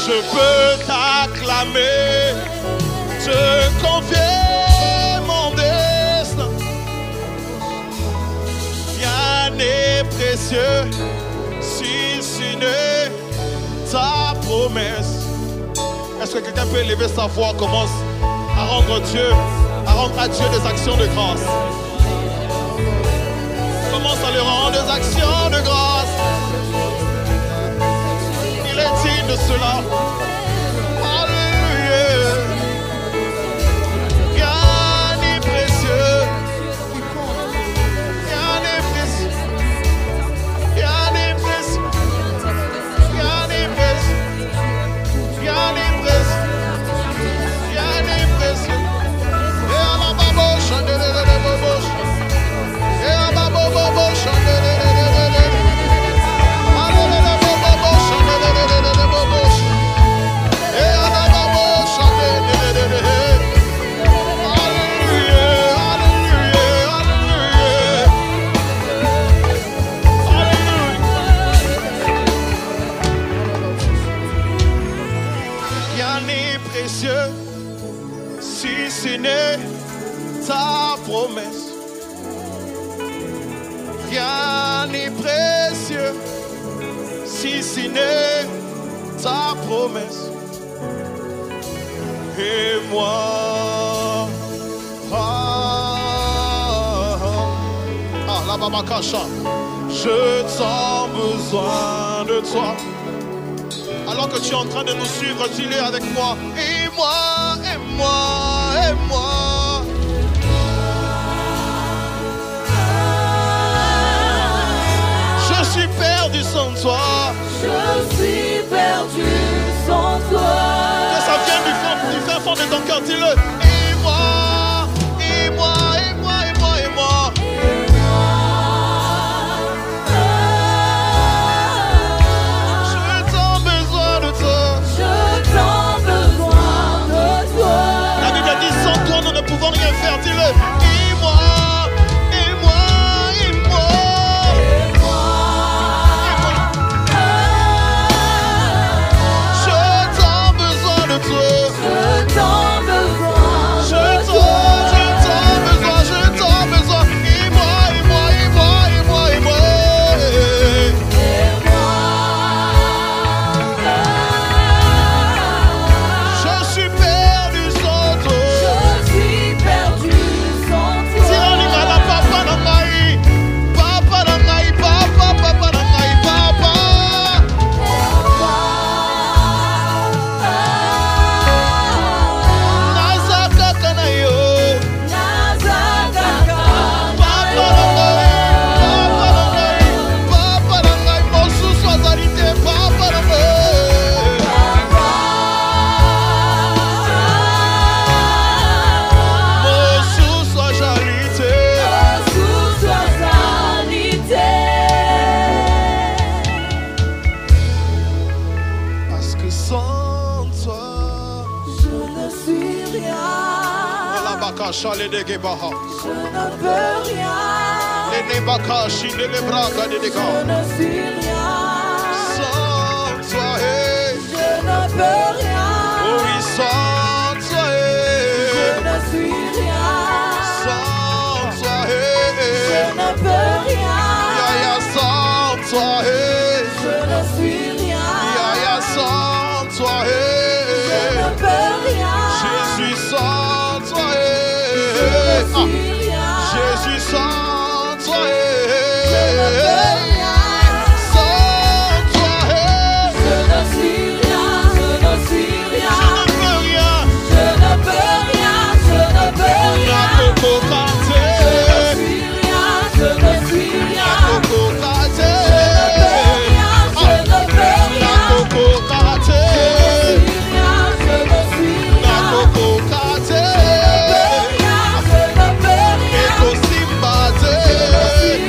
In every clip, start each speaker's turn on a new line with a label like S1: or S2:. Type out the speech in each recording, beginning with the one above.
S1: je peux t'acclamer, te confier mon destin. Rien n'est précieux si ce n'est ta promesse. Est-ce que quelqu'un peut élever sa voix, commence à rendre Dieu, à rendre à Dieu des actions de grâce. Commence à lui rendre des actions de grâce. Il est digne de cela. Alléluia. Rien n'est précieux. Rien n'est précieux. Rien n'est précieux. Rien n'est précieux. Rien n'est précieux. Rien n'est précieux. Et à la babo, chandelier de la babo. Et à la babo, chandelier de la babo. Si ce n'est ta promesse, rien n'est précieux si ce n'est ta promesse. Et moi, ah, ah, ah, la babakacha, je sens besoin de toi. Alors que tu es en train de nous suivre, tu l'es avec moi. Et moi, et moi, et moi. Je suis perdu sans toi.
S2: Je suis perdu sans toi.
S1: Que ça vient du fond, du fin fond de ton cœur, dis-le. Et moi, et moi, et moi, et moi, et moi. Je t'en besoin de toi.
S2: Je t'en besoin de toi.
S1: La Bible dit sans toi, nous ne pouvons rien faire, dis-le. Et moi, et moi, et moi. Et moi. Je t'en besoin de toi.
S2: Je t'en besoin.
S1: Je t'en, je t'en besoin, je t'en besoin. Et moi, et moi, et moi, et moi, et moi. Je suis perdu sans toi.
S2: Je suis perdu sans toi.
S1: Tirani mana papa na mai, papa na mai, papa papa na mai, papa. Naza kaka na yo, papa na mai, papa na mai, papa na mai, mosusu azali te, papa na mai. Mosusu azali te. Parce que sans toi, la bakasha le degebaha, le nebakashi ne le braga de dega. Sans toi, eh. hey. Oui, sans toi, eh, sans toi, eh, eh. Ya, ya, sans toi, eh. Ya, ya, sans toi, eh, eh. Je suis sans toi, eh, eh. Ah, je suis sans toi, eh, eh, eh. Sans toi, eh. Je ne peux rien, la coco cassée, la coco cassée, la coco cassée, la coco cassée. Ekosimba te,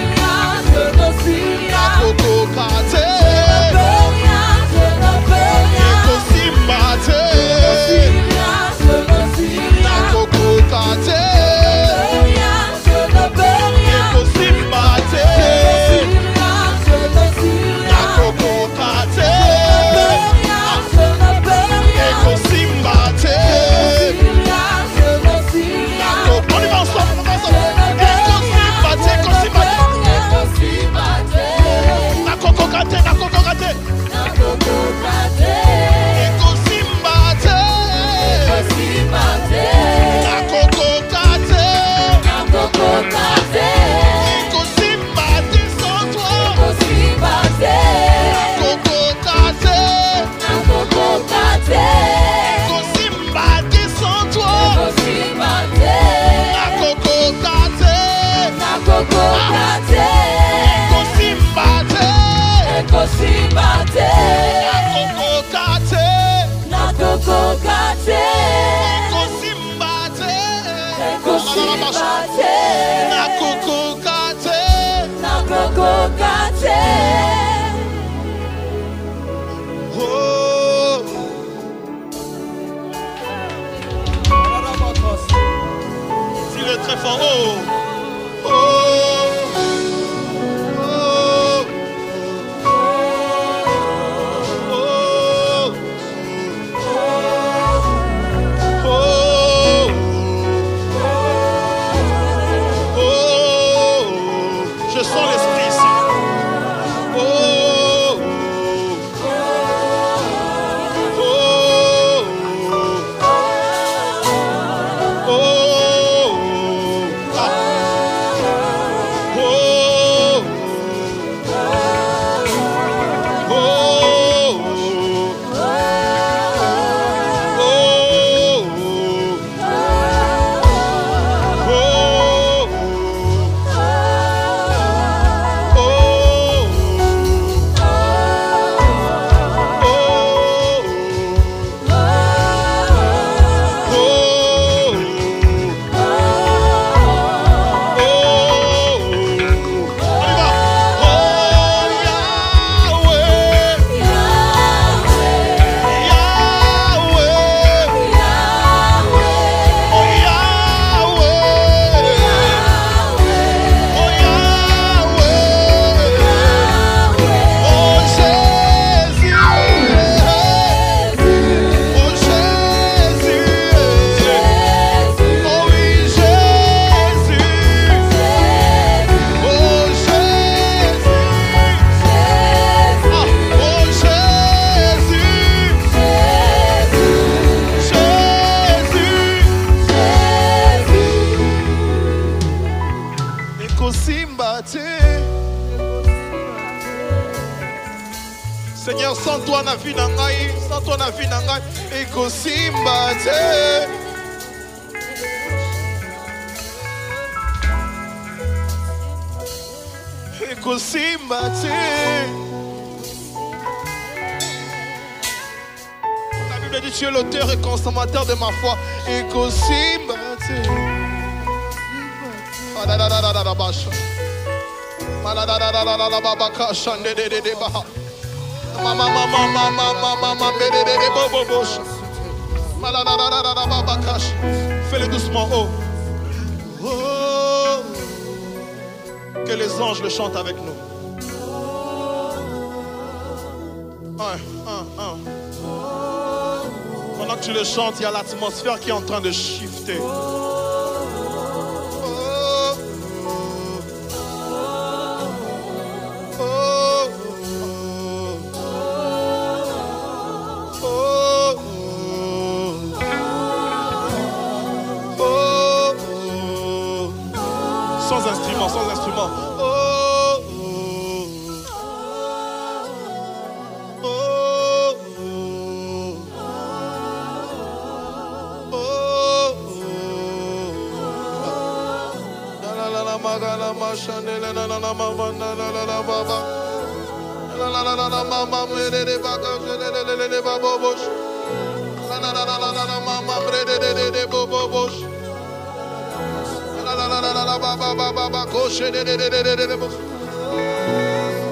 S2: Kokache,
S1: Kosimbate.
S2: Koshibate,
S1: Nakukukate.
S2: Nakokokache,
S1: Oh. Dis-le très fort. Oh. Oh. Oh. Oh. Oh. Oh. Je sens l'esprit ici. Oh. Oh. Oh. Ah. Oh. Oh. Oh, oh, oh, oh, oh, oh. Oh, on y va. Oh, Yahweh, Yahweh, oh, Yahweh, oh, Yahweh, oh, Jésus, oh, Jésus, oh, oui, Jésus, oh, Jésus, ah, oh, Jésus, Jésus. Ekosimba, tu sais. Seigneur, sans toi na vie na ngai, sans toi na vie na ngai, ekosimba te. Ekosimba te. La Bible dit tu es l'auteur et consommateur de ma foi. Ekosimba te. Ah, Adadadadadabasha. Maladadadadadababakasha, ndedededebaha. Mama, mama, mama, mama, mama, bededede, bobo, bosha. Maladadadadababakasha. Fais-le doucement, oh. Oh. Que les anges le chantent avec nous. Un, un, un. Pendant que tu le chantes, il y a l'atmosphère qui est en train de shifter. Oh, oh, oh, oh, oh, oh, oh. Sans instrument, sans instrument. Oh, oh, oh, oh, oh. La la la la ma ga la ma sha ne la la la la ma va na la la la ba ba. La la la la la ma ma me re re ba ga je le le le le le ba bo bo sh. La la la la la la la ma ma me re re re re re bo bo bo sh. La la la la la la ba ba ba ba ba ko she re re re re re re re bo.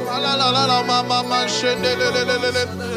S1: La la la la la ma ma ma she ne le le le le le le. Oh, oh,